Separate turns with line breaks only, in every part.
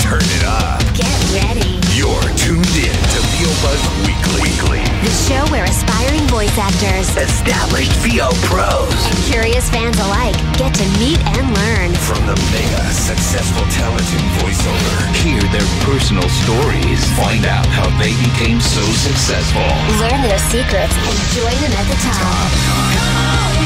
Turn it up.
Get ready.
You're tuned in to VO Buzz Weekly.
The show where aspiring voice actors
Established VO pros.
and curious fans alike get to meet and learn.
From the mega successful talent in voiceover. Hear their personal stories. Find out how they became so successful.
Learn their secrets and join them at the top.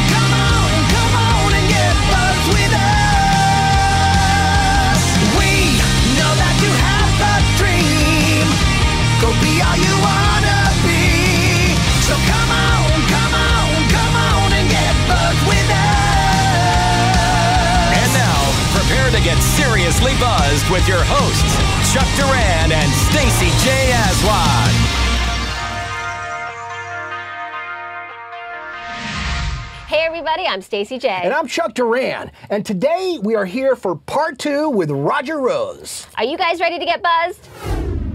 And now, prepare to get seriously buzzed with your hosts, Chuck Duran and Stacy J. Aswan.
Hey everybody, I'm Stacey J.
And I'm Chuck Duran, and today we are here for part two with Roger Rose.
Are you guys ready to get buzzed?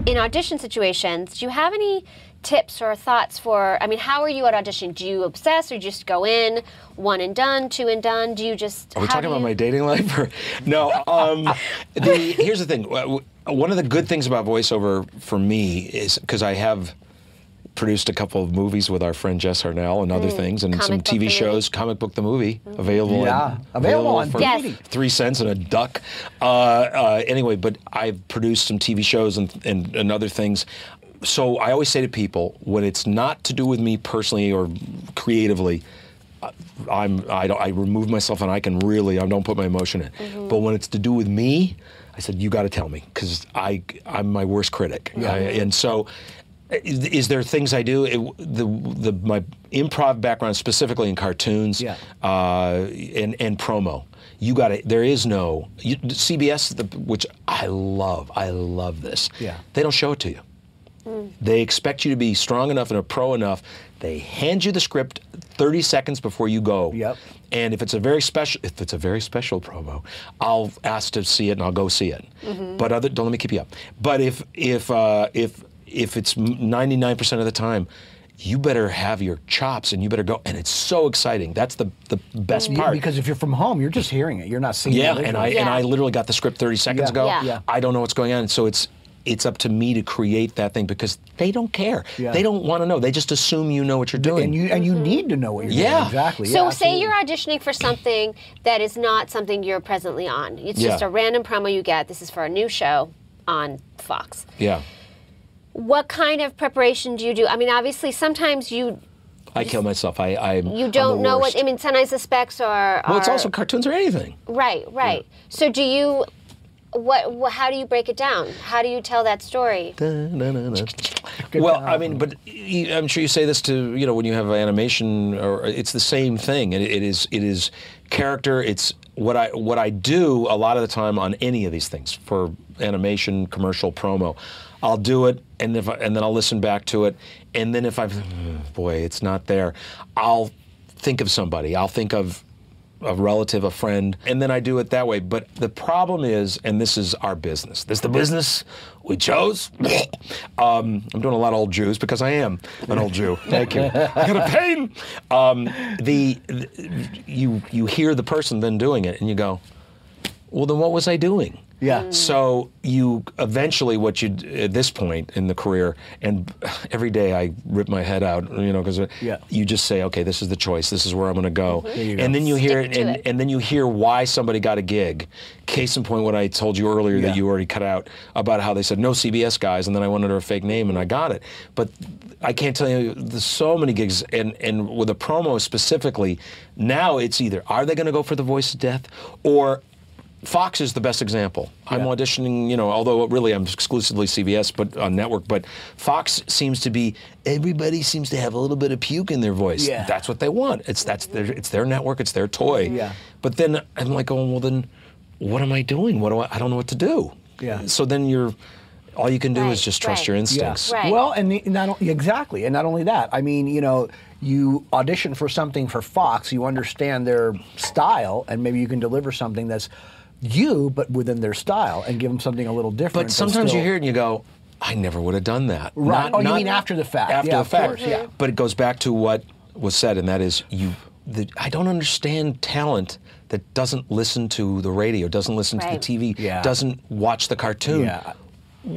In audition situations, do you have any tips or thoughts for I mean, how are you at audition? Do you obsess or just go in one and done, two and done? Do you just
Are we
how
talking
do
about
you-
my dating life? Or, no. Um, the, here's the thing. Uh, w- One of the good things about voiceover for me is because I have produced a couple of movies with our friend Jess Harnell and other things, and
Mm, Comic
some
Book the
TV
Movie. Mm-hmm.
shows. Comic book the movie available.
Yeah,
and,
available on
for
Yes. DVD.
three cents and a duck. Uh, uh, anyway, but I've produced some TV shows and and, and other things. So I always say to people when it's not to do with me personally or creatively, I'm I don't I remove myself and I can really I don't put my emotion in.
Mm-hmm.
But when it's to do with me, I said you got to tell me because I I'm my worst critic. I- and so, is, is there things I do? It, the the my improv background specifically in cartoons
Yeah.
uh, and and promo. You got to There is no you, CBS, the, which I love. I love this.
Yeah.
They don't show it to you. They expect you to be strong enough and a pro enough. They hand you the script 30 seconds before you go.
Yep.
And if it's a very special, if it's a very special promo, I'll ask to see it and I'll go see it.
Mm-hmm.
But other, don't let me keep you up. But if if uh, if if it's 99% of the time, you better have your chops and you better go. And it's so exciting. That's the the best part.
Mm-hmm. Because if you're from home, you're just hearing it. You're not seeing
Yeah,
it.
and I
visually.
and
Yeah.
I literally got the script 30 seconds
Yeah.
ago.
Yeah. Yeah.
I don't know what's going on, so it's it's up to me to create that thing because they don't care.
Yeah.
They don't want to know. They just assume you know what you're doing.
and you and you need to know what you're doing
Yeah.
exactly.
So,
yeah,
say
absolutely.
you're auditioning for something that is not something you're presently on. It's just
Yeah.
a random promo you get. This is for a new show on Fox.
yeah,
What kind of preparation do you do? I mean, obviously, sometimes you
I kill myself. I I
you don't know what. I mean, sometimes the specs are.
Well, it's
are-
also cartoons or anything.
right, right. So, do you? What? wh- How do you break it down? How do you tell that story?
well, I mean, but y- I'm sure you say this to you know when you have animation, or it's the same thing, and it, it is it is character. It's what I what I do a lot of the time on any of these things for animation, commercial, promo. I'll do it, and if I, and then I'll listen back to it, and then if I, boy, it's not there, I'll think of somebody. I'll think of a relative, a friend, and then I do it that way. But the problem is, and this is our business. This is the business we chose. um, I'm doing a lot of old Jews because I am an old Jew. Thank you. I got a pain. Um, the, the you you hear the person then doing it, and you go, well, then what was I doing?
Yeah. Mm.
So you eventually, what you d- at this point in the career, and every day I rip my head out, you know, because
Yeah. Mm-hmm.
you just say, okay, this is the choice. This is where I'm going to go.
you go.
And then you hear
Stick
it
to
and,
it.
and then you hear why somebody got a gig. Case in point, what I told you earlier
Yeah.
that you already cut out about how they said no CBS guys, and then I went under a fake name and I got it. But I can't tell you there's so many gigs, and and with a promo specifically, now it's either are they going to go for the voice of death or Fox is the best example. I'm
Yeah.
auditioning, you know, although really I'm exclusively CBS, but on network. But Fox seems to be everybody seems to have a little bit of puke in their voice.
Yeah.
That's what they want. It's that's their it's their network. It's their toy.
Yeah.
But then I'm like, oh well, then what am I doing? What do I? I don't know what to do.
Yeah.
So then you're, all you can do
Right,
is just trust
right.
your
Yeah.
instincts.
Right.
Well, and the- not o- exactly, and not only that. I mean, you know, you audition for something for Fox, you understand their style, and maybe you can deliver something that's you, but within their style, and give them something a little different.
But sometimes
still-
you hear it and you go, I never would have done that.
Right. Oh, you mean after the fact.
After
Yeah,
the
of
fact.
course, yeah.
But it goes back to what was said, and that is you the I don't understand talent that doesn't listen to the radio, doesn't listen
Right.
to the TV,
Yeah.
doesn't watch the cartoon.
Yeah.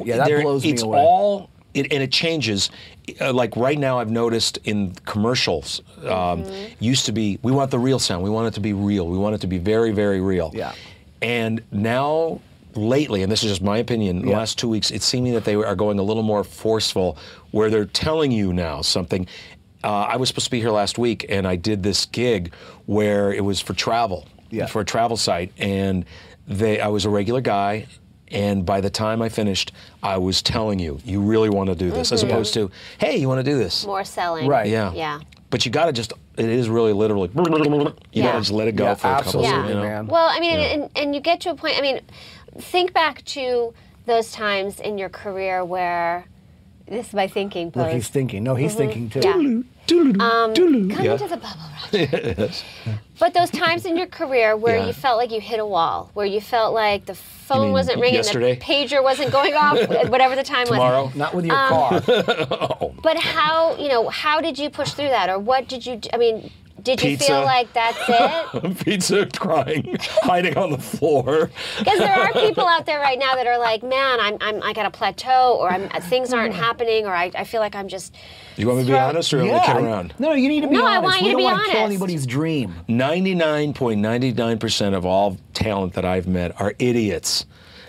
Yeah, that
There-
blows me
it's
away.
all it, and it changes. Uh, like right now, I've noticed in commercials, um,
Mm-hmm.
used to be we want the real sound, we want it to be real, we want it to be very, very real.
Yeah.
And now, lately, and this is just my opinion, the
Yeah.
last two weeks, it's seeming that they are going a little more forceful, where they're telling you now something. Uh, I was supposed to be here last week, and I did this gig where it was for travel,
Yeah.
for a travel site, and they, I was a regular guy. And by the time I finished, I was telling you, you really want to do this, as opposed to, hey, you want to do this.
More selling.
Right.
Yeah.
Mm-hmm. Yeah.
But you got to just, it is really literally, you got
Yeah.
to just let it go
Yeah,
for a couple of
absolutely,
Yeah.
you know?
man.
Well, I mean, and, and you get to a point. I mean, think back to those times in your career where this is my thinking.
Look,
Pose.
he's thinking. No, he's thinking too.
Mm-hmm. Yeah.
Um,
Come into the bubble, Roger. But those times in your career where
Yeah.
you felt like you hit a wall, where you felt like the phone
mean
wasn't ringing,
yesterday?
the pager wasn't going off, whatever the time
Tomorrow?
was.
Not with your car.
But how, you know, how did you push through that, or what did you? do- I mean, did you
Pizza.
feel like that's it?
pizza crying, hiding on the floor.
Because there are people out there right now that are like, man, I'm, I'm I got a plateau, or I'm uh, things aren't
Hmm.
happening, or I, I feel like I'm just.
You want me to be
Throw-
honest or you want me to kid around?
No, you need to be
No, I
honest.
want you
we
to
don't
be
want to kill
honest.
anybody's dream.
99.99% of all talent that I've met are idiots.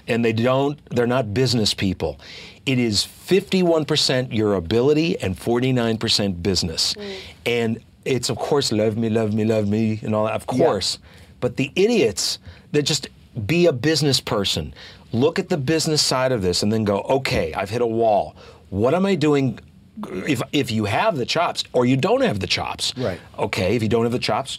And they don't, they're not business people. It is 51% your ability and 49% business. And it's, of course, love me, love me, love me, and all that, of course. But the idiots that just be a business person, look at the business side of this and then go, okay, I've hit a wall. What am I doing? If, if you have the chops or you don't have the chops,
Right.
Okay, if you don't have the chops,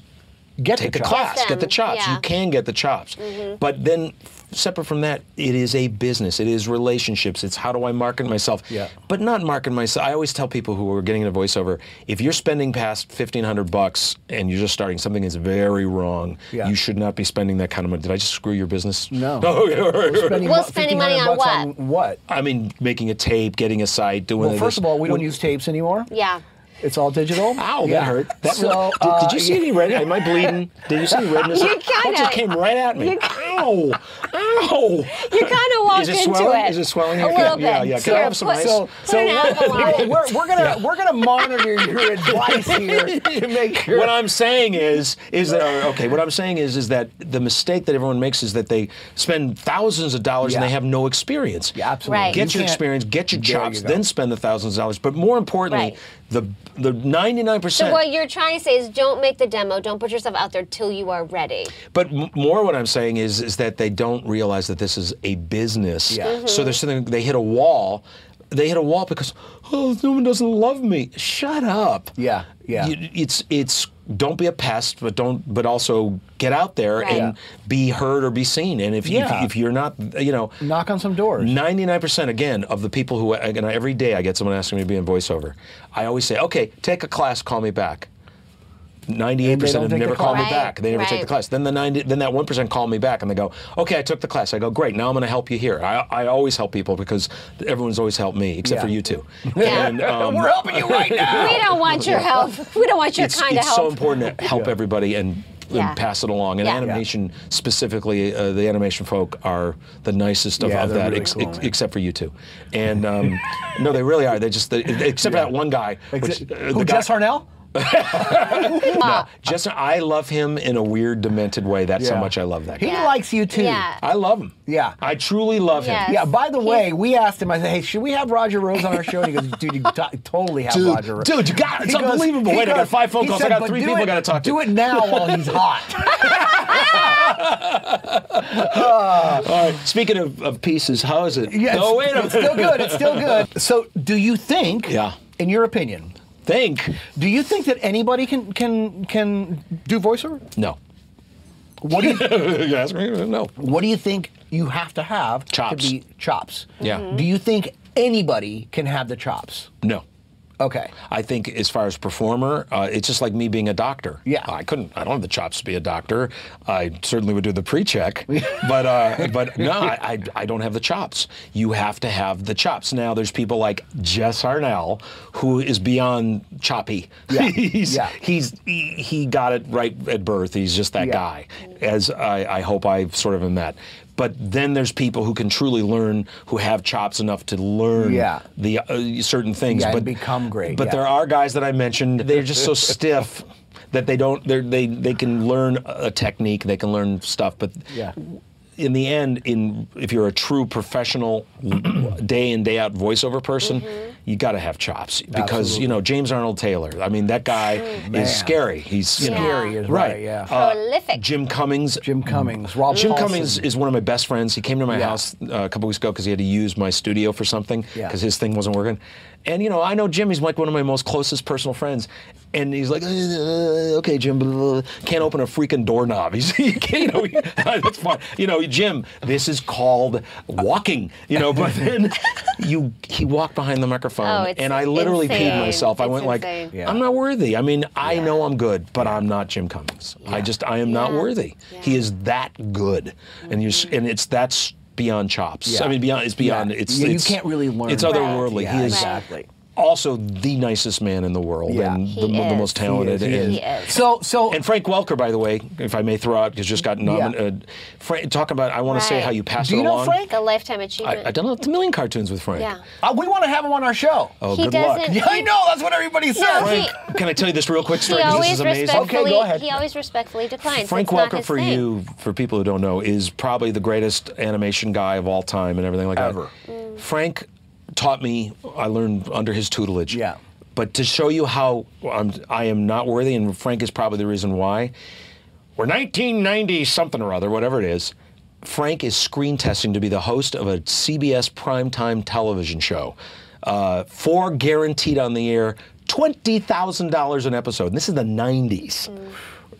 Get
take
the
the,
chops.
class,
Get
get the
them,
chops.
yeah. Mm-hmm.
You can get the chops. But then, f- separate from that, it is a business. It is relationships. It's how do I market myself?
Yeah.
But not market myself. I always tell people who are getting into voiceover, if you're spending past fifteen hundred bucks and you're just starting, something is very wrong.
Yeah.
You should not be spending that kind of money. Did I just screw your business?
No.
Okay, all right, all right.
Spending
Well,
mo-
spending money
1500
on
bucks
what?
on what?
I mean, making a tape, getting a site, doing.
Well,
this.
first of all, we don't
When-
use tapes anymore.
Yeah.
It's all digital.
Ow,
Yeah.
that hurt. That
so, uh,
really, did, did you see any red? Am I bleeding? Did you see any redness?
You
That
kinda-
just came right at me. Ow! Ow!
You kind of walked
Is it
into
swelling?
it.
Is it swelling?
A
Okay.
little bit.
Yeah, yeah. Can I
Here,
have some
put,
ice?
So,
put
so
an apple on
we're,
it.
we're, we're gonna we're gonna monitor your advice here to make sure.
What I'm saying is, is that uh, okay? What I'm saying is, is that the mistake that everyone makes is that they spend thousands of dollars and
Yeah.
they have no experience.
Yeah, absolutely.
Right.
Get
You
your
can't-
experience, get your
There you
chops,
go.
then spend the thousands of dollars. But more importantly,
Right.
the the 99
So
percent.
what you're trying to say is don't make the demo, don't put yourself out there till you are ready.
But m- more, what I'm saying is, is that they don't realize that this is a business.
Yeah. Mhm.
So they're sitting, they hit a wall. They hit a wall because oh, no one doesn't love me. Shut up.
Yeah, yeah.
You- it's it's don't be a pest, but don't but also get out there
Right.
and be heard or be seen. And if,
Yeah.
if if you're not, you know,
knock on some doors.
99% again of the people who, and I- every day I get someone asking me to be in voiceover. I always say, okay, take a class, call me back. 98%
And
have
they don't take
never
the class.
called me
Right,
back. They never take the
right.
class. Then the 90, then that 1% call me back and they go, okay, I took the class. I go, great, now I'm going to help you here. I, I always help people because everyone's always helped me, except
Yeah.
for you two.
Yeah.
um,
we're helping you right now.
We don't want your help. We don't want your
Oh, it's,
kind of
it's so
help.
important to help everybody and, and
Yeah.
pass it along. And
Yeah.
animation, specifically, uh, the animation folk are the nicest of,
Yeah,
of
they're
that,
really
ex-
cool,
ex-
man.
except for you two. And um, no, they really are. They just they, except for that one guy.
Ex-
Which, uh,
Who,
the guy-
Jess Harnell?
Uh,
No, Jess. I love him in a weird, demented way. That's how
Yeah.
much I love that
He
guy.
Yeah.
likes you too.
Yeah.
I love him.
Yeah.
I truly love
Yes.
him.
Yeah, by the
He's-
way, we asked him, I said, hey, should we have Roger Rose on our show? And he goes, dude, you t- totally have Roger Rose.
dude, you got it. It's
He goes-
unbelievable.
he
Wait, I got
goes-
five phone
he
calls. I
said,
got
"But
three
do
people
it-
I gotta talk to."
Do it now while he's hot.
All right. Speaking of, of pieces, how is it?
Yeah,
no, wait
it's, it's
a minute.
still good. It's still good. So, do you think,
Yeah.
in your opinion,
Think.
do you think that anybody can can can do voiceover?
No.
What do you
you ask me? No.
what do you think you have to have
Chops.
to be chops?
Yeah. Mhm.
Do you think anybody can have the chops?
No.
Okay.
I think as far as performer, uh, it's just like me being a doctor.
Yeah.
I couldn't. I don't have the chops to be a doctor. I certainly would do the pre-check, but uh, but no, I, I I don't have the chops. You have to have the chops. Now there's people like Jess Arnell who is beyond choppy.
Yeah.
he's,
Yeah.
he's he, he got it right at birth. He's just that
Yeah.
guy. As I, I hope I sort of am that. But then there's people who can truly learn, who have chops enough to learn
Yeah.
the uh, certain things
Yeah, and
but
become great,
But
yeah.
there are guys that I mentioned. They're just so stiff that they don't. They're, they they can learn a technique. They can learn stuff. But
Yeah.
in the end, in if you're a true professional, day in day out voiceover person,
Mm-hmm.
you got to have chops because you know James Arnold Taylor. I mean, that guy
Oh, Man.
is scary. He's you know, Uh,
Scary
is right, yeah.
Prolific.
Jim Cummings.
Jim Cummings, Rob
Jim
Paulson.
Cummings is one of my best friends. He came to my
Yeah.
house uh, a couple weeks ago because he had to use my studio for something
Yeah.
because his thing wasn't working. And you know, I know Jim. He's like one of my most closest personal friends. And he's like, "Uh, okay, Jim, blah, blah, blah." can't open a freaking doorknob. He's, you can't, you know, he- that's fine. You know, Jim, this is called walking. You know, but then you he walked behind the microphone,
Oh, it's
and I literally
insane.
peed myself. I
It's
went
insane.
like,
Yeah.
I'm not worthy. I mean, I know I'm good, but I'm not Jim Cummings. I just I am not
Yeah.
worthy. He is that good, and you s- and it's that's beyond chops.
Yeah.
I mean, beyond it's beyond
Yeah.
it's,
Yeah, you
it's-
can't really learn
It's
that.
otherworldly.
Yeah,
he is
exactly.
also the nicest man in the world
Yeah.
and
He
the, mo- the
is.
most
He is,
talented.
he
and,
He is.
So so
and Frank Welker, by the way, if I may throw out, has just got nominated. Frank, talk about I want to say
Right.
how you passed
Do
it
you know
along.
Frank?
The Lifetime
I,
Achievement.
I done a million cartoons with Frank.
Yeah.
uh, we want to have him on our show.
Oh,
He
good luck.
doesn't-
Yeah, I know. That's what everybody says.
No,
Frank, can I tell you this real quick
He
story? 'Cause this
always
is amazing.
Okay,
respectfully.
go ahead.
he always respectfully declines.
Frank
It's not
Welker,
his
for
thing.
you, for people who don't know, is probably the greatest animation guy of all time and everything like
Ever.
that.
Mm.
Ever. Frank taught me. I learned under his tutelage.
Yeah.
But to show you how I'm, I am not worthy, and Frank is probably the reason why. We're 1990 something or other, whatever it is. Frank is screen testing to be the host of a CBS primetime television show. Uh, four guaranteed on the air, $20,000 an episode. And this is the 90s.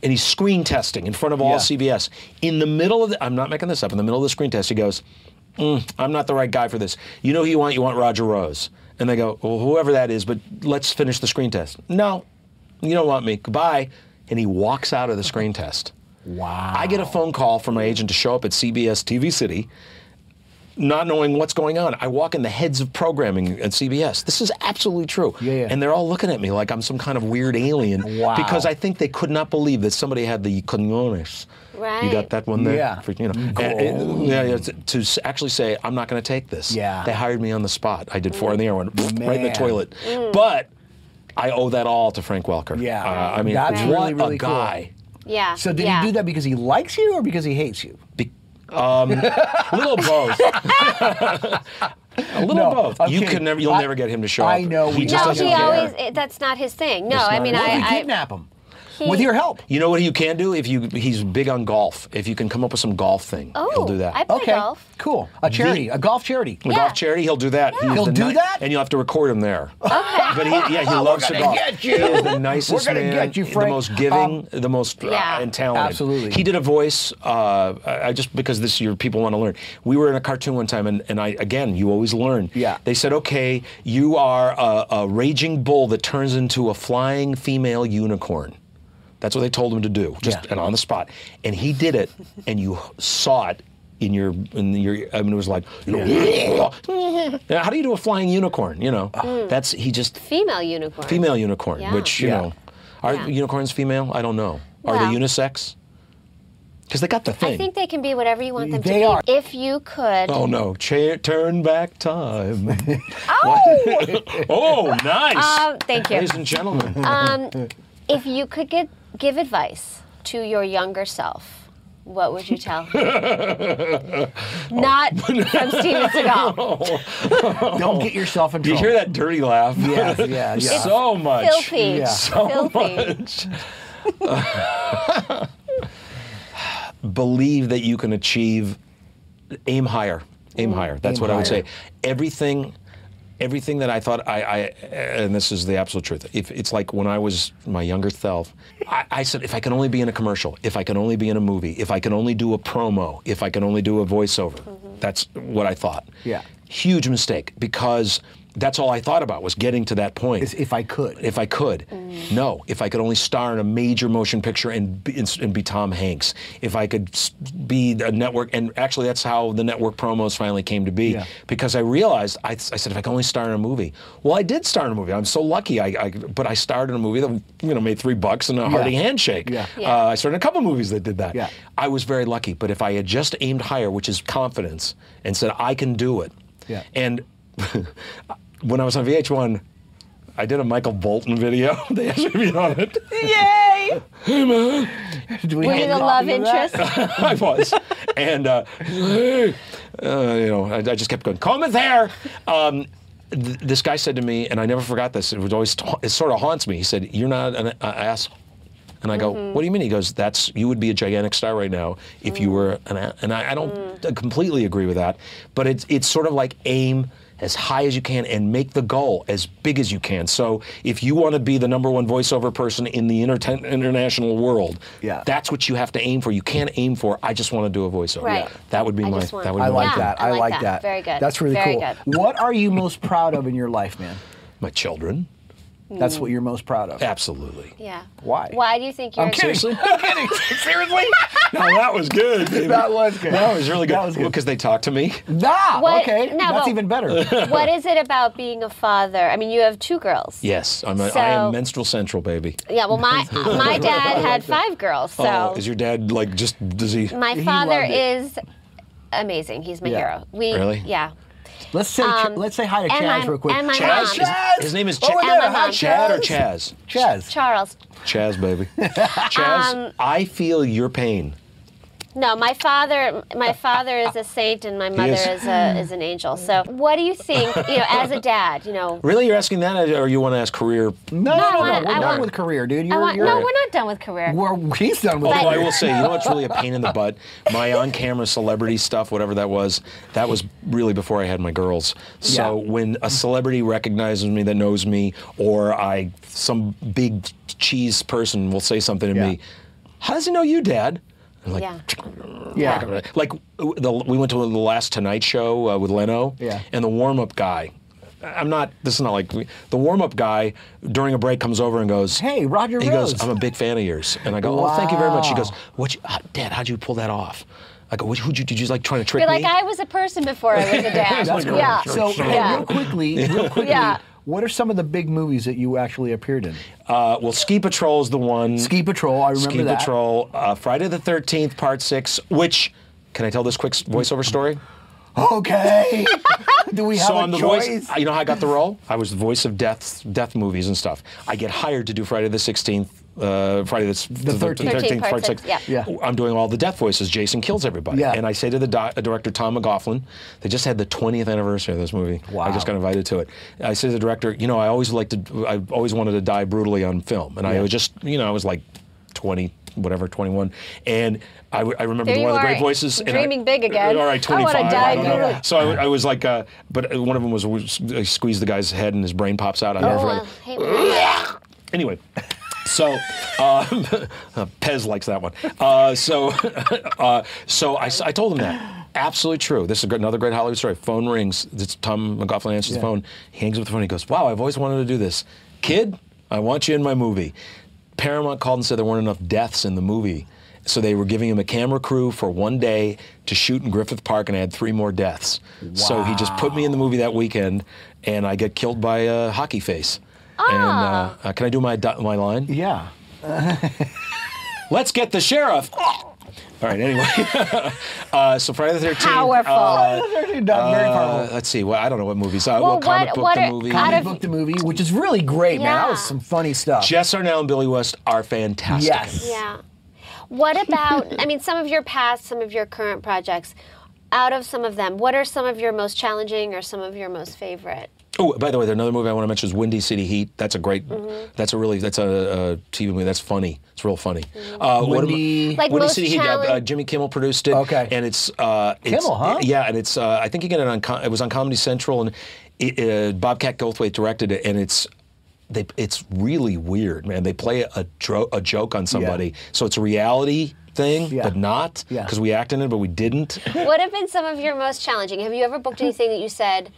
And he's screen testing in front of all
Yeah.
CBS. In the middle of the, I'm not making this up, in the middle of the screen test, he goes, "Mm, I'm not the right guy for this. You know who you want? You want Roger Rose. And they go, well, whoever that is, but let's finish the screen test. No, you don't want me. Goodbye. And he walks out of the screen test.
Wow.
I get a phone call from my agent to show up at CBS TV City, not knowing what's going on. I walk in the heads of programming at CBS. This is absolutely true.
Yeah, yeah.
And they're all looking at me like I'm some kind of weird alien.
Wow.
Because I think they could not believe that somebody had the cognomes. You got
Right.
that one there?
Yeah. Mm,
For- you know. And- and- yeah, yeah, to, to s- actually say, I'm not going to take this.
Yeah.
They hired me on the spot. I did four in the air, went right in the
Man.
toilet.
Mm.
But I owe that all to Frank Welker.
Yeah.
Uh, I mean,
That's
what
really, really
a
cool.
guy.
Yeah.
So did
yeah.
he do that because he likes you or because he hates you?
little both. a little
No,
both.
I'm
you
kidding.
can never, you'll
I-
never get him to show
I
up.
know,
He
we
just
No,
doesn't
he
care.
always. It, that's not his thing. No,
It's
I
not
mean,
his
What if
I.
you
I-
kidnap him
He-
with your help?
You know what you can do if you? He's big on golf. If you can come up with some golf thing, he'll
Oh,
do that.
I play
Okay,
golf.
cool. A charity, a golf charity.
A
Yeah.
golf charity, he'll do that. He's
He'll
the
do
ni-
that?
and you'll have to record him there. Okay. But he, yeah, he loves to
gonna
golf.
get you.
He is the
We're
nicest
gonna
man,
get you,
the
Frank. Um,
most giving, the most uh,
Yeah.
and talented.
Absolutely.
He did a voice. Uh, I I just because this year people want to learn. We were in a cartoon one time, and, and I again, you always learn.
Yeah.
They said, okay, you are a, a raging bull that turns into a flying female unicorn. That's what they told him to do, just
Yeah.
and on the spot. And he did it, and you saw it in your in your. I mean, it was like, you know, Now, how do you do a flying unicorn? You know, that's he just
Female unicorn.
female unicorn,
Hmm. Yeah.
which you
Oh. Yeah.
know, are
Yeah.
unicorns female? I don't know. Are
Well-
they unisex? Because they got the thing.
I think they can be whatever you want them to
They
be.
are.
If you could.
Oh no! Cha- turn back time. oh! oh, nice.
Um, thank you. Uh,
Ladies and gentlemen,
Um, If you could get, give advice to your younger self, what would you tell him? Not
Oh.
from Steven Seagal.
Don't get yourself in
do
trouble.
Oh. you hear that dirty laugh?
Yes, yeah, yeah.
so much.
Filthy.
Yeah.
So
Filthy.
much. Believe that you can achieve. Aim higher. Aim higher. That's
Aim
what I would
higher.
say. Everything, everything that I thought I, I, and this is the absolute truth. If it's like when I was my younger self, I, I said, if I can only be in a commercial, if I can only be in a movie, if I can only do a promo,
Mm-hmm.
if I can only do a voiceover. That's what I thought
Yeah.
huge mistake because that's all I thought about was getting to that point.
Is if I could.
If I could.
Mm.
No, if I could only star in a major motion picture and be, and, and be Tom Hanks. If I could s- be a network, and actually that's how the network promos finally came to be
Yeah.
because I realized I, I said if I could only star in a movie. Well, I did star in a movie. I'm so lucky. I, I but I starred in a movie that you know made three bucks and a hearty handshake.
Yeah.
Yeah.
Uh, I starred in a couple movies that did that.
Yeah.
I was very lucky. But if I had just aimed higher, which is confidence, and said I can do it,
Yeah.
and when I was on VH1, I did a Michael Bolton video. they asked me to be on it.
Yay!
Do we
Were
have
you
a copy
the love
of that?
interest?
I was, and uh, hey, uh, you know, I, I just kept going. Coma there. Um, th- this guy said to me, and I never forgot this. It was always ta- it sort of haunts me. He said, "You're not an a- ass." And I go,
Mm-hmm.
"What do you mean?" He goes, "That's you would be a gigantic star right now if you were
Mm.
an." a-" And I, I don't completely agree with that, but it's it's sort of like aim. As high as you can and make the goal as big as you can. So, if you want to be the number one voiceover person in the inter- international world,
Yeah.
that's what you have to aim for. You can't aim for I just want to do a voiceover.
Right.
That would be
I
my.
just want-
That would be
I
my,
like
Yeah,
that. I, like that.
Very good.
That's really
Very
cool.
good.
What are you most proud of in your life, man?
my children.
That's
Mm.
what you're most proud of.
Absolutely.
Yeah.
Why?
Why do you think you're?
I'm kidding. I'm kidding. Seriously? No, that was good. baby.
That was good.
That was really good.
That was good.
Because they talked to me.
Nah,
What-
okay.
no,
That's
but-
even better.
what is it about being a father? I mean, you have two girls.
Yes, I'm. A, I am
So-
menstrual central, baby.
Yeah. Well, my my dad had five girls, so
oh, is your dad like just does he?
my
He
father
loved it.
is amazing. He's my
Yeah.
hero. We
Really?
yeah.
Let's say
Um,
let's say hi to
and
Chaz
my-
real quick.
and my
Chaz?
mom.
His-
Chaz!
His name is
Over
Chaz.
there, And my
Hi,
mom.
Chad or Chaz?
Chaz.
Charles.
Chaz, baby. Chaz,
Um,
I feel your pain.
No, my father, my father is a saint, and my mother
is.
is. a is an angel. So, what do you think? You know, as a dad, you know,
Really, you're asking that, or you want to ask career?
No,
No,
no,
I
no.
want-
we're
I
done
want-
with career, dude. You're,
I want.
you're,
No, we're not done with career.
we're- he's done with
Although
But-
I
career.
will say, you know what's really a pain in the butt? My on-camera celebrity stuff, whatever that was, that was really before I had my girls. So
Yeah.
when a celebrity recognizes me that knows me, or I some big cheese person will say something to me, how does he know you, Dad? I'm like,
yeah.
Yeah.
like the, we went to the last Tonight Show uh, with Leno,
Yeah.
and the warm-up guy. I'm not. This is not like the warm-up guy during a break comes over and goes,
Hey, Roger
He
Rose.
goes, "I'm a big fan of yours," and I go, "Oh, thank you very much." She goes, "What, you, uh, Dad? How'd you pull that off?" I go, what, "Who'd you? Did you like trying to trick
Be like
me?"
I was a person before I was a dad. yeah.
So hey,
yeah.
real quickly, real quickly,
Yeah.
what are some of the big movies that you actually appeared in?
uh, well, Ski Patrol's the one.
Ski Patrol, I remember
Ski
that.
Patrol, uh, Friday the Thirteenth, Part Six. Which can I tell this quick s- voiceover story?
Okay. Do we have
so
a
I'm the
choice?
voice. You know how I got the role? I was the voice of death, death movies and stuff. I get hired to do Friday the 16th, uh, Friday the, s- the
13th.
13th, part
Part
six,
6.
yeah.
Yeah.
I'm doing all the death voices. Jason kills everybody.
Yeah.
And I say to the di- director, Tom McLaughlin, they just had the 20th anniversary of this movie.
Wow.
I just got invited to it. I say to the director, you know, I always liked to, I always wanted to die brutally on film. And I
Yeah.
was just, you know, I was like 20, whatever, 21. And I, w- I remember
There
one
you
of the great
are,
voices. and I-
dreaming big again.
All right,
I
25.
wanna die
don't know.
brutally.
So I, I was like, uh, but one of them was I squeezed the guy's head and his brain pops out. I never
Oh,
forgot
I
it.
hate when you do that.
Anyway, so um, Pez likes that one. Uh, so uh, so I, s- I told him that. Absolutely true. This is a great- another great Hollywood story. Phone rings. It's Tom McLaughlin answers
Yeah.
the phone. He hangs up the phone. He goes, "Wow, I've always wanted to do this, kid. I want you in my movie." Paramount called and said there weren't enough deaths in the movie, so they were giving him a camera crew for one day to shoot in Griffith Park, and I had three more deaths. So he just put me in the movie that weekend, and I get killed by a hockey face. And
Ah.
uh, uh, can I do my do- my line?
Yeah.
Let's get the sheriff. All right. Anyway, uh, so Friday the Thirteenth. uh,
Powerful.
Not very powerful.
let's see. Well, I don't know what movies. Uh,
Well,
well, comic
what-
book
what
the
are-
movie.
out
Comic
of-
book the movie, which is really great, man. That was
Yeah.
some funny stuff.
Jess Arnell and Billy West are fantastic.
yes.
Yeah. What about, I mean, some of your past, some of your current projects, out of some of them, what are some of your most challenging or some of your most favorite?
Oh, by the way, there's another movie I want to mention is Windy City Heat. That's a great. That's a really. That's a, a TV movie. That's funny. It's real funny. Uh, what am-
Windy-
Like
Windy
most
City Heat. uh, Uh,
challenge-
Jimmy Kimmel produced it.
Okay.
And it's. Uh, it's-
Kimmel, huh?
Yeah, and it's. Uh, I think you get it on. Com- it was on Comedy Central, and it, uh, Bobcat Goldthwait directed it, and it's. They, it's really weird, man. They play a, dro- a joke on somebody, so it's a reality thing,
Yeah.
but not
Yeah.
because we acted in it, but we didn't.
What have been some of your most challenging? Have you ever booked anything that you said,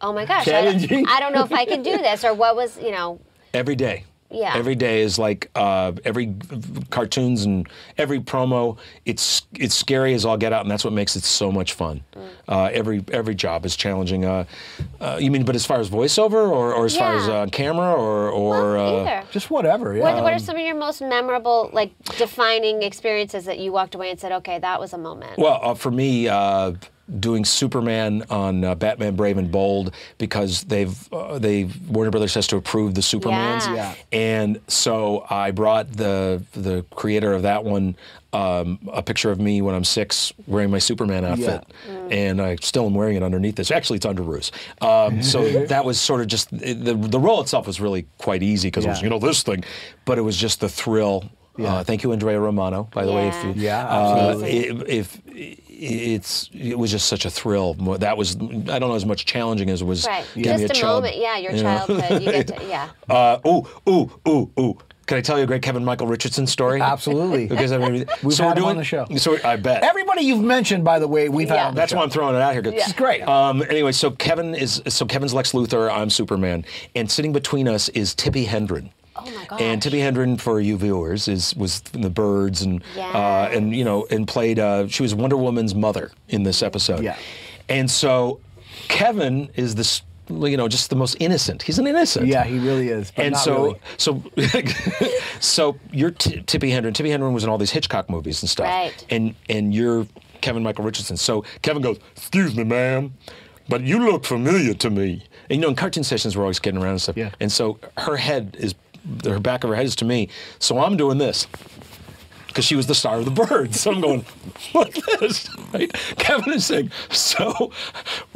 oh my gosh, I,
Challenging.
I don't know if I can do this, or what was, you know,
Every day.
Yeah.
Every day is like uh, every cartoons and every promo. It's it's scary as all get out, and that's what makes it so much fun.
Mm.
Uh, every every job is challenging. Uh, uh, you mean, but as far as voiceover, or, or as far as
Yeah.
uh, camera, or or
well,
uh, um,
either.
Just whatever. Yeah.
What, what are some of your most memorable, like defining experiences that you walked away and said, okay, that was a moment?
Well, uh, for me, uh, doing Superman on uh, Batman Brave and Bold because they've uh, they Warner Brothers has to approve the Supermans,
Yeah. Yeah.
and so I brought the the creator of that one um, a picture of me when I'm six wearing my Superman outfit, and I still am wearing it underneath this. Actually, it's under ruse. Um, so that was sort of just it- the the role itself was really quite easy because it was
Yeah.
you know this thing, but it was just the thrill. Uh, thank you, Andrea Romano, by the way. If you,
Yeah. Yeah,
uh,
absolutely.
if, if it's it was just such a thrill. Mo- That was I don't know as much challenging as it was.
right.
Give
Just
me a,
a,
chub.
moment. Yeah, your childhood. You get to, yeah.
Uh, ooh, ooh, ooh, ooh. Can I tell you a great Kevin Michael Richardson story?
Absolutely.
Because I mean,
We've
so
had
we're
him
doing
on the show.
So I bet
Everybody you've mentioned, by the way, we've had.
Yeah.
On the
that's
show.
why I'm throwing it out here. 'cause-
Yeah.
It's great.
Um, anyway, so Kevin is so Kevin's Lex Luthor, I'm Superman, and sitting between us is Tippi Hendren.
Oh my gosh.
And Tippi Hendren, for you viewers, is was in the Birds and uh,
Yes.
and you know and played. Uh, she was Wonder Woman's mother in this episode.
Yeah.
And so Kevin is this you know just the most innocent. He's an innocent.
Yeah, he really is. But
and
not
so,
really.
so, so you're t- Tippi Hendren. Tippi Hendren was in all these Hitchcock movies and stuff.
Right.
And and you're Kevin Michael Richardson. So Kevin goes, "Excuse me, ma'am, but you look familiar to me." And you know, in cartoon sessions, we're always getting around and stuff.
Yeah.
And so her head is, her back of her head is to me. So I'm doing this because she was the star of the birds. So I'm going, what this? Right? Kevin is saying, so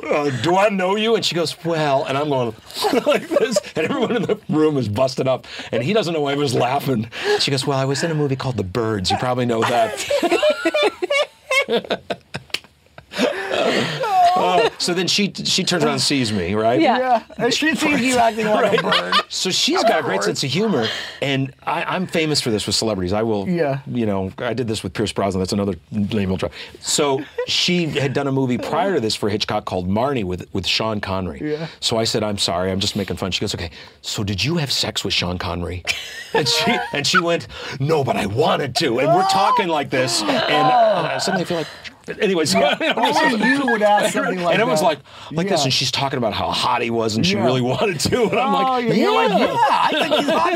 uh, do I know you? And she goes, well, and I'm going like this, and everyone in the room is busted up, and he doesn't know why he was laughing. She goes, well, I was in a movie called The Birds. You probably know that. Oh, so then she she turns around and sees me, right?
Yeah.
Yeah, and she sees you acting like a bird.
So she's got a great sense of humor, and I, I'm famous for this with celebrities. I will,
Yeah.
you know, I did this with Pierce Brosnan. That's another name I'll try. So she had done a movie prior to this for Hitchcock called Marnie with with Sean Connery.
Yeah.
So I said, I'm sorry, I'm just making fun. She goes, okay. So did you have sex with Sean Connery? And she and she went, no, but I wanted to. And we're talking like this, and I suddenly feel like, anyway. So
Only you would ask something like
and everyone's
that.
like, like this,
Yeah.
and she's talking about how hot he was, and she
Yeah.
really wanted to, and I'm like,
yeah. Oh, You're like,
yeah.
yeah, I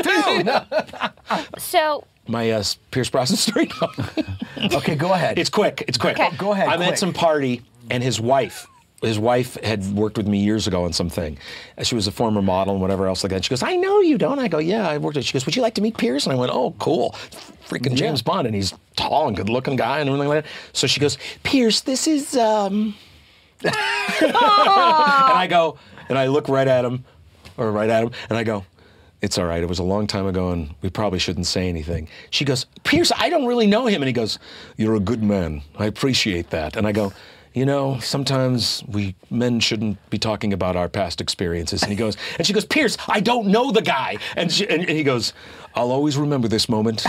think he's hot too.
So,
My uh, Pierce Brosnan story. No.
Okay, go ahead.
it's quick. It's quick.
Okay.
Go ahead,
I'm
quick.
at some party, and his wife. His wife had worked with me years ago on something. Uh, She was a former model and whatever else like that. She goes, "I know you, don't I?" I go, "Yeah, I worked." With. She goes, "Would you like to meet Pierce?" And I went, "Oh, cool, freaking James Bond, and he's tall and good-looking guy and everything like that." So she goes, "Pierce, this is um," and I go, and I look right at him, or right at him, and I go, it's all right. It was a long time ago, and we probably shouldn't say anything. She goes, Pierce, I don't really know him. And he goes, You're a good man. I appreciate that. And I go, You know, sometimes we men shouldn't be talking about our past experiences. And he goes, And she goes, Pierce, I don't know the guy. And, she, and, and he goes, I'll always remember this moment.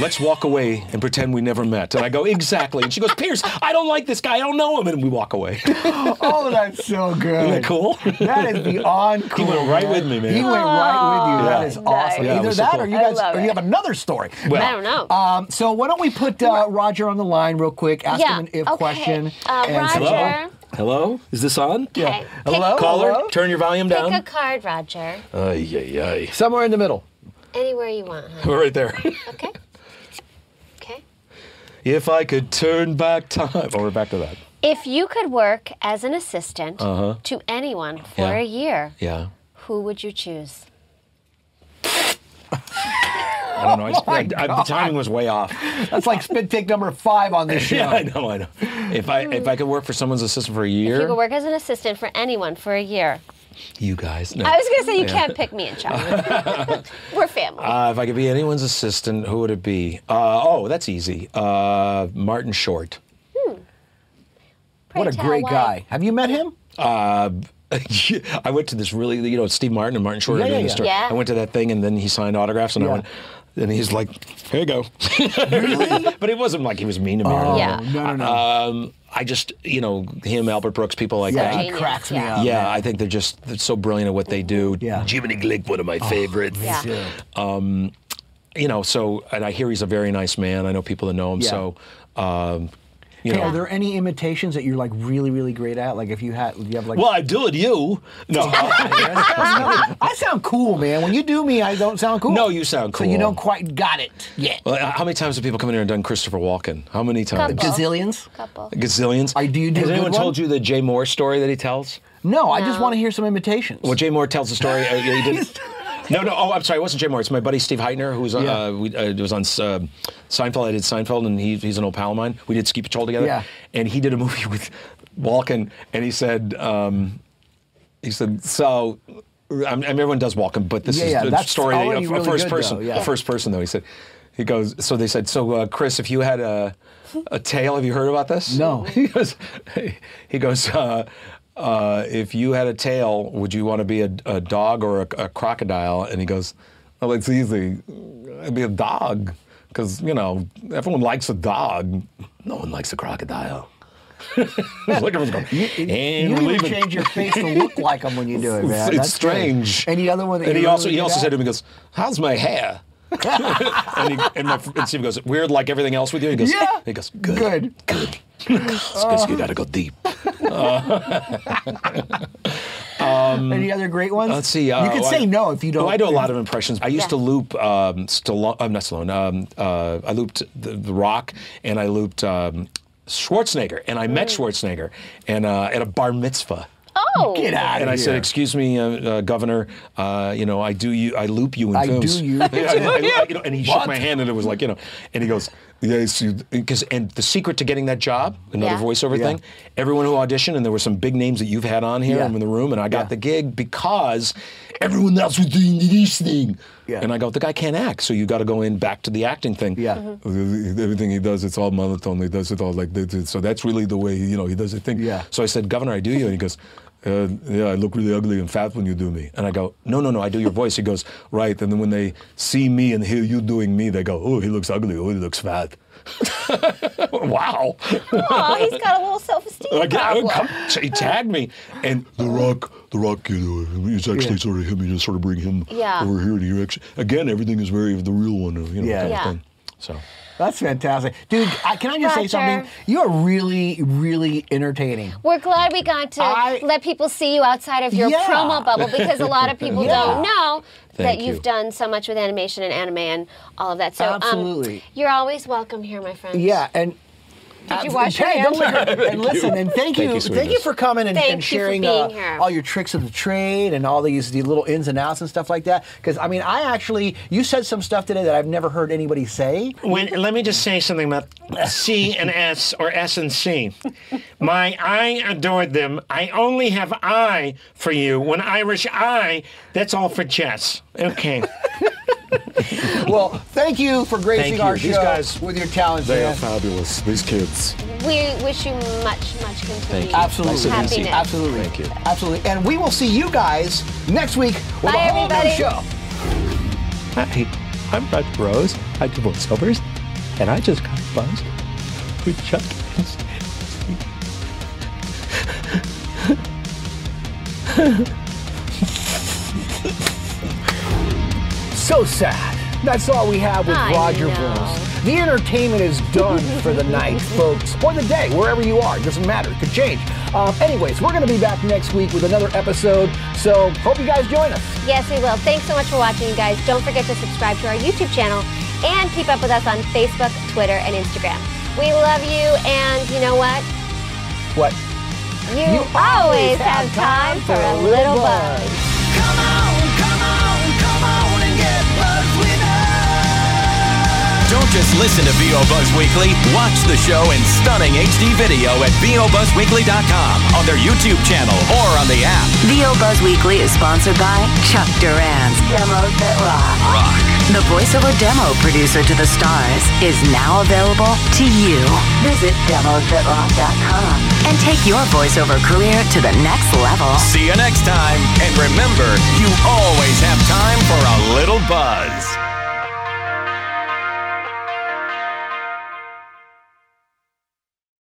Let's walk away and pretend we never met. And I go, Exactly. And she goes, Pierce, I don't like this guy. I don't know him. And we walk away.
oh, that's so good.
Isn't that cool?
That is beyond cool.
went right
man.
with me, man.
He went right with you.
Yeah.
That is awesome.
Yeah, it
Either
was so
that
cool.
or you
I
guys,
love
or you
it. Oh.
have another story.
Well,
I don't know.
Um, so why don't we put uh, Roger on the line real quick? Ask
Yeah,
him an if
okay.
question.
Uh,
so-
Roger.
Hello? Hello? Is this on?
okay. Pick,
Hello?
Caller, turn your volume
pick
down.
a card, Roger.
Ay, ay, ay.
Somewhere in the middle.
Anywhere you want, huh?
We're right there.
Okay. Okay.
if I could turn back time. Oh, we're back to that.
If you could work as an assistant to anyone for
Uh-huh. Yeah.
a year,
Yeah.
who would you choose?
I don't know. I, just- I- I- the timing was way off.
That's like spit take number five on this show.
Yeah, I know, I know. If I if I could work for someone's assistant for a
If you
year,
could work as an assistant for anyone for a year.
you guys. No.
I was going to say you can't pick me and Chuck. We're family.
uh, if I could be anyone's assistant, who would it be? Uh, oh, that's easy. Uh, Martin Short.
Pray
What a
tell,
great
why?
guy. Have you met him?
I went to this really, you know, Steve Martin and Martin Short
Yeah,
are doing
yeah,
this
yeah.
story.
Yeah.
I went to that thing and then he signed autographs and I
Yeah.
went, and he's like, "Here you go." really? But it wasn't like he was mean to me.
Oh.
or anything.
No,
Yeah.
no, no.
Um, I just, you know, him, Albert Brooks, people like
yeah,
that.
he cracks me
Yeah.
up.
Yeah, I think they're just they're so brilliant at what they do.
Yeah. Oh,
Jiminy Glick, one of my favorites.
Yeah.
too.
Um, you know, so and I hear he's a very nice man. I know people that know him.
Yeah.
So, um, you
Hey,
know,
are there any imitations that you're like really, really great at? Like if you had, you have like.
well, I do it. You no,
Oh, I sound cool, man. When you do me, I don't sound cool.
No, you sound
So you
cool.
don't quite got it yet.
Well, uh, how many times have people come in here and done Christopher Walken? How many times?
Couple.
Gazillions.
Couple.
Gazillions.
I- do you do
Has
a good
anyone
one?
told you the Jay Moore story that he tells?
No, I just
No.
want to hear some imitations.
Well, Jay Moore tells the story. uh, he did- no, no. Oh, I'm sorry. It wasn't Jay Moore. It's my buddy Steve Heitner, who was on,
Yeah.
uh, we, uh, was on uh, Seinfeld. I did Seinfeld, and he, he's an old pal of mine. We did Ski Patrol together.
Yeah.
And he did a movie with Walken, and he said, um, he said, so. I mean, everyone does Walken, but this
Yeah,
is
yeah,
the
that's
story that-
already
a, a
really
first
good,
person.
though, yeah.
A first person, though. He said, he goes. So they said, so uh, Chris, if you had a a tale, have you heard about this?
No.
He goes, he goes uh, uh, if you had a tail, would you want to be a, a dog or a, a crocodile? And he goes, well, it's easy. I'd be a dog because, you know, everyone likes a dog. No one likes a crocodile. It's like everyone's going, and
you
we're
even
leaving.
change your face to look like them when you do it, man. That's
It's
good.
strange.
Any other one? That
and
you're
he
really
also he
good
also
at?
said to me, he "Goes, how's my hair?" and, he, and, my, fr- and Steve goes, "Weird, like everything else with you." He goes,
Yeah.
He goes, "Good,
Good.
good." Because you got to go deep.
Any other great ones?
um, Let's see. Uh,
you can
well,
say
I-
no if you don't.
Well, I do a lot of impressions. I used
Yeah.
to loop um, Stallone. I'm not Stallone. Um, uh, I looped the, the Rock, and I looped um, Schwarzenegger, and I met Schwarzenegger, and uh, at a bar mitzvah.
Oh.
Get out
and I
of here.
said, "Excuse me, uh, uh, Governor. Uh, you know, I do you. I loop you in
I
films.
do you.
Yeah, I- I- I- you know, and he shook
What?
my hand, and it was like, you know, and he goes, "Yes, you." Because and the secret to getting that job, another
Yeah.
voiceover
Yeah.
thing. Everyone who auditioned, and there were some big names that you've had on here
Yeah.
and in the room, and I got
Yeah.
the gig because everyone else was doing this thing.
Yeah.
And I go, the guy can't act, so you got to go in back to the acting thing.
Yeah. Mhm.
Everything he does, it's all monotone. He does it all like this. So that's really the way you know he does the thing.
Yeah.
So I said, Governor, I do you. And he goes, uh, Yeah, I look really ugly and fat when you do me. And I go, No, no, no, I do your voice. He goes, Right. And then when they see me and hear you doing me, they go, Oh, he looks ugly. Oh, he looks fat. wow.
Aw, he's got a little self-esteem
Like, yeah,
problem.
come- so he tagged me. And
The Rock, The Rock, you know, is actually sort of him. You just sort of bring him
Yeah.
over here, and you actually again, everything is very the real one, you know,
Yeah.
kind
Yeah.
of thing.
so.
That's fantastic, dude. I, can I just say
Roger.
something? You are really, really entertaining.
We're glad we got to
I-
let people see you outside of your
Yeah.
promo bubble because a lot of people
Yeah.
don't know that
Thank
you've
you.
done so much with animation and anime and all of that. So
Absolutely.
Um, you're always welcome here, my friend.
Yeah, and
Did you
Uh,
wash your
hey, don't
hands?
let her- and listen, and thank you, thank
Thank you,
you,
sweetness.
for coming and,
Thank
and
you for
sharing
being
uh,
here.
all your tricks of the trade and all these the little ins and outs and stuff like that. Because I mean, I actually you said some stuff today that I've never heard anybody say.
when let me just say something about C and S or S and C. My I adored them. I only have I for you. When Irish I, that's all for Jess. Okay.
Well, thank you for gracing
Thank
our
you. These
show
guys,
with your talents.
They
man.
are fabulous, these kids.
We wish you much, much continued
you.
Absolutely.
Nice to
happiness.
meet you.
Absolutely.
Thank you.
Absolutely. And we will see you guys next week with
Bye,
a whole
everybody.
new show.
Hi, I'm Rod Rose. I do voiceovers, and I just got buzzed with Chuck and
So sad. That's all we have with
I
Roger
know.
Bruce. The entertainment is done for the night, folks, or the day, wherever you are. It doesn't matter. It could change. Um, anyways, we're going to be back next week with another episode. So hope you guys join us.
Yes, we will. Thanks so much for watching, you guys. Don't forget to subscribe to our YouTube channel and keep up with us on Facebook, Twitter, and Instagram. We love you, and you know what?
What?
You, always have time for a little bug.
Come on, come on, come on and get buzzed with us.
Don't just listen to VO Buzz Weekly. Watch the show in stunning HD video at VOBuzzWeekly.com on their YouTube channel or on the app.
VO Buzz Weekly is sponsored by Chuck Duran's Demos That Rock.
Rock.
The voiceover demo producer to the stars is now available to you. Visit demosthatrock.com and take your voiceover career to the next level.
See you next time. And remember, you always have time for a little buzz.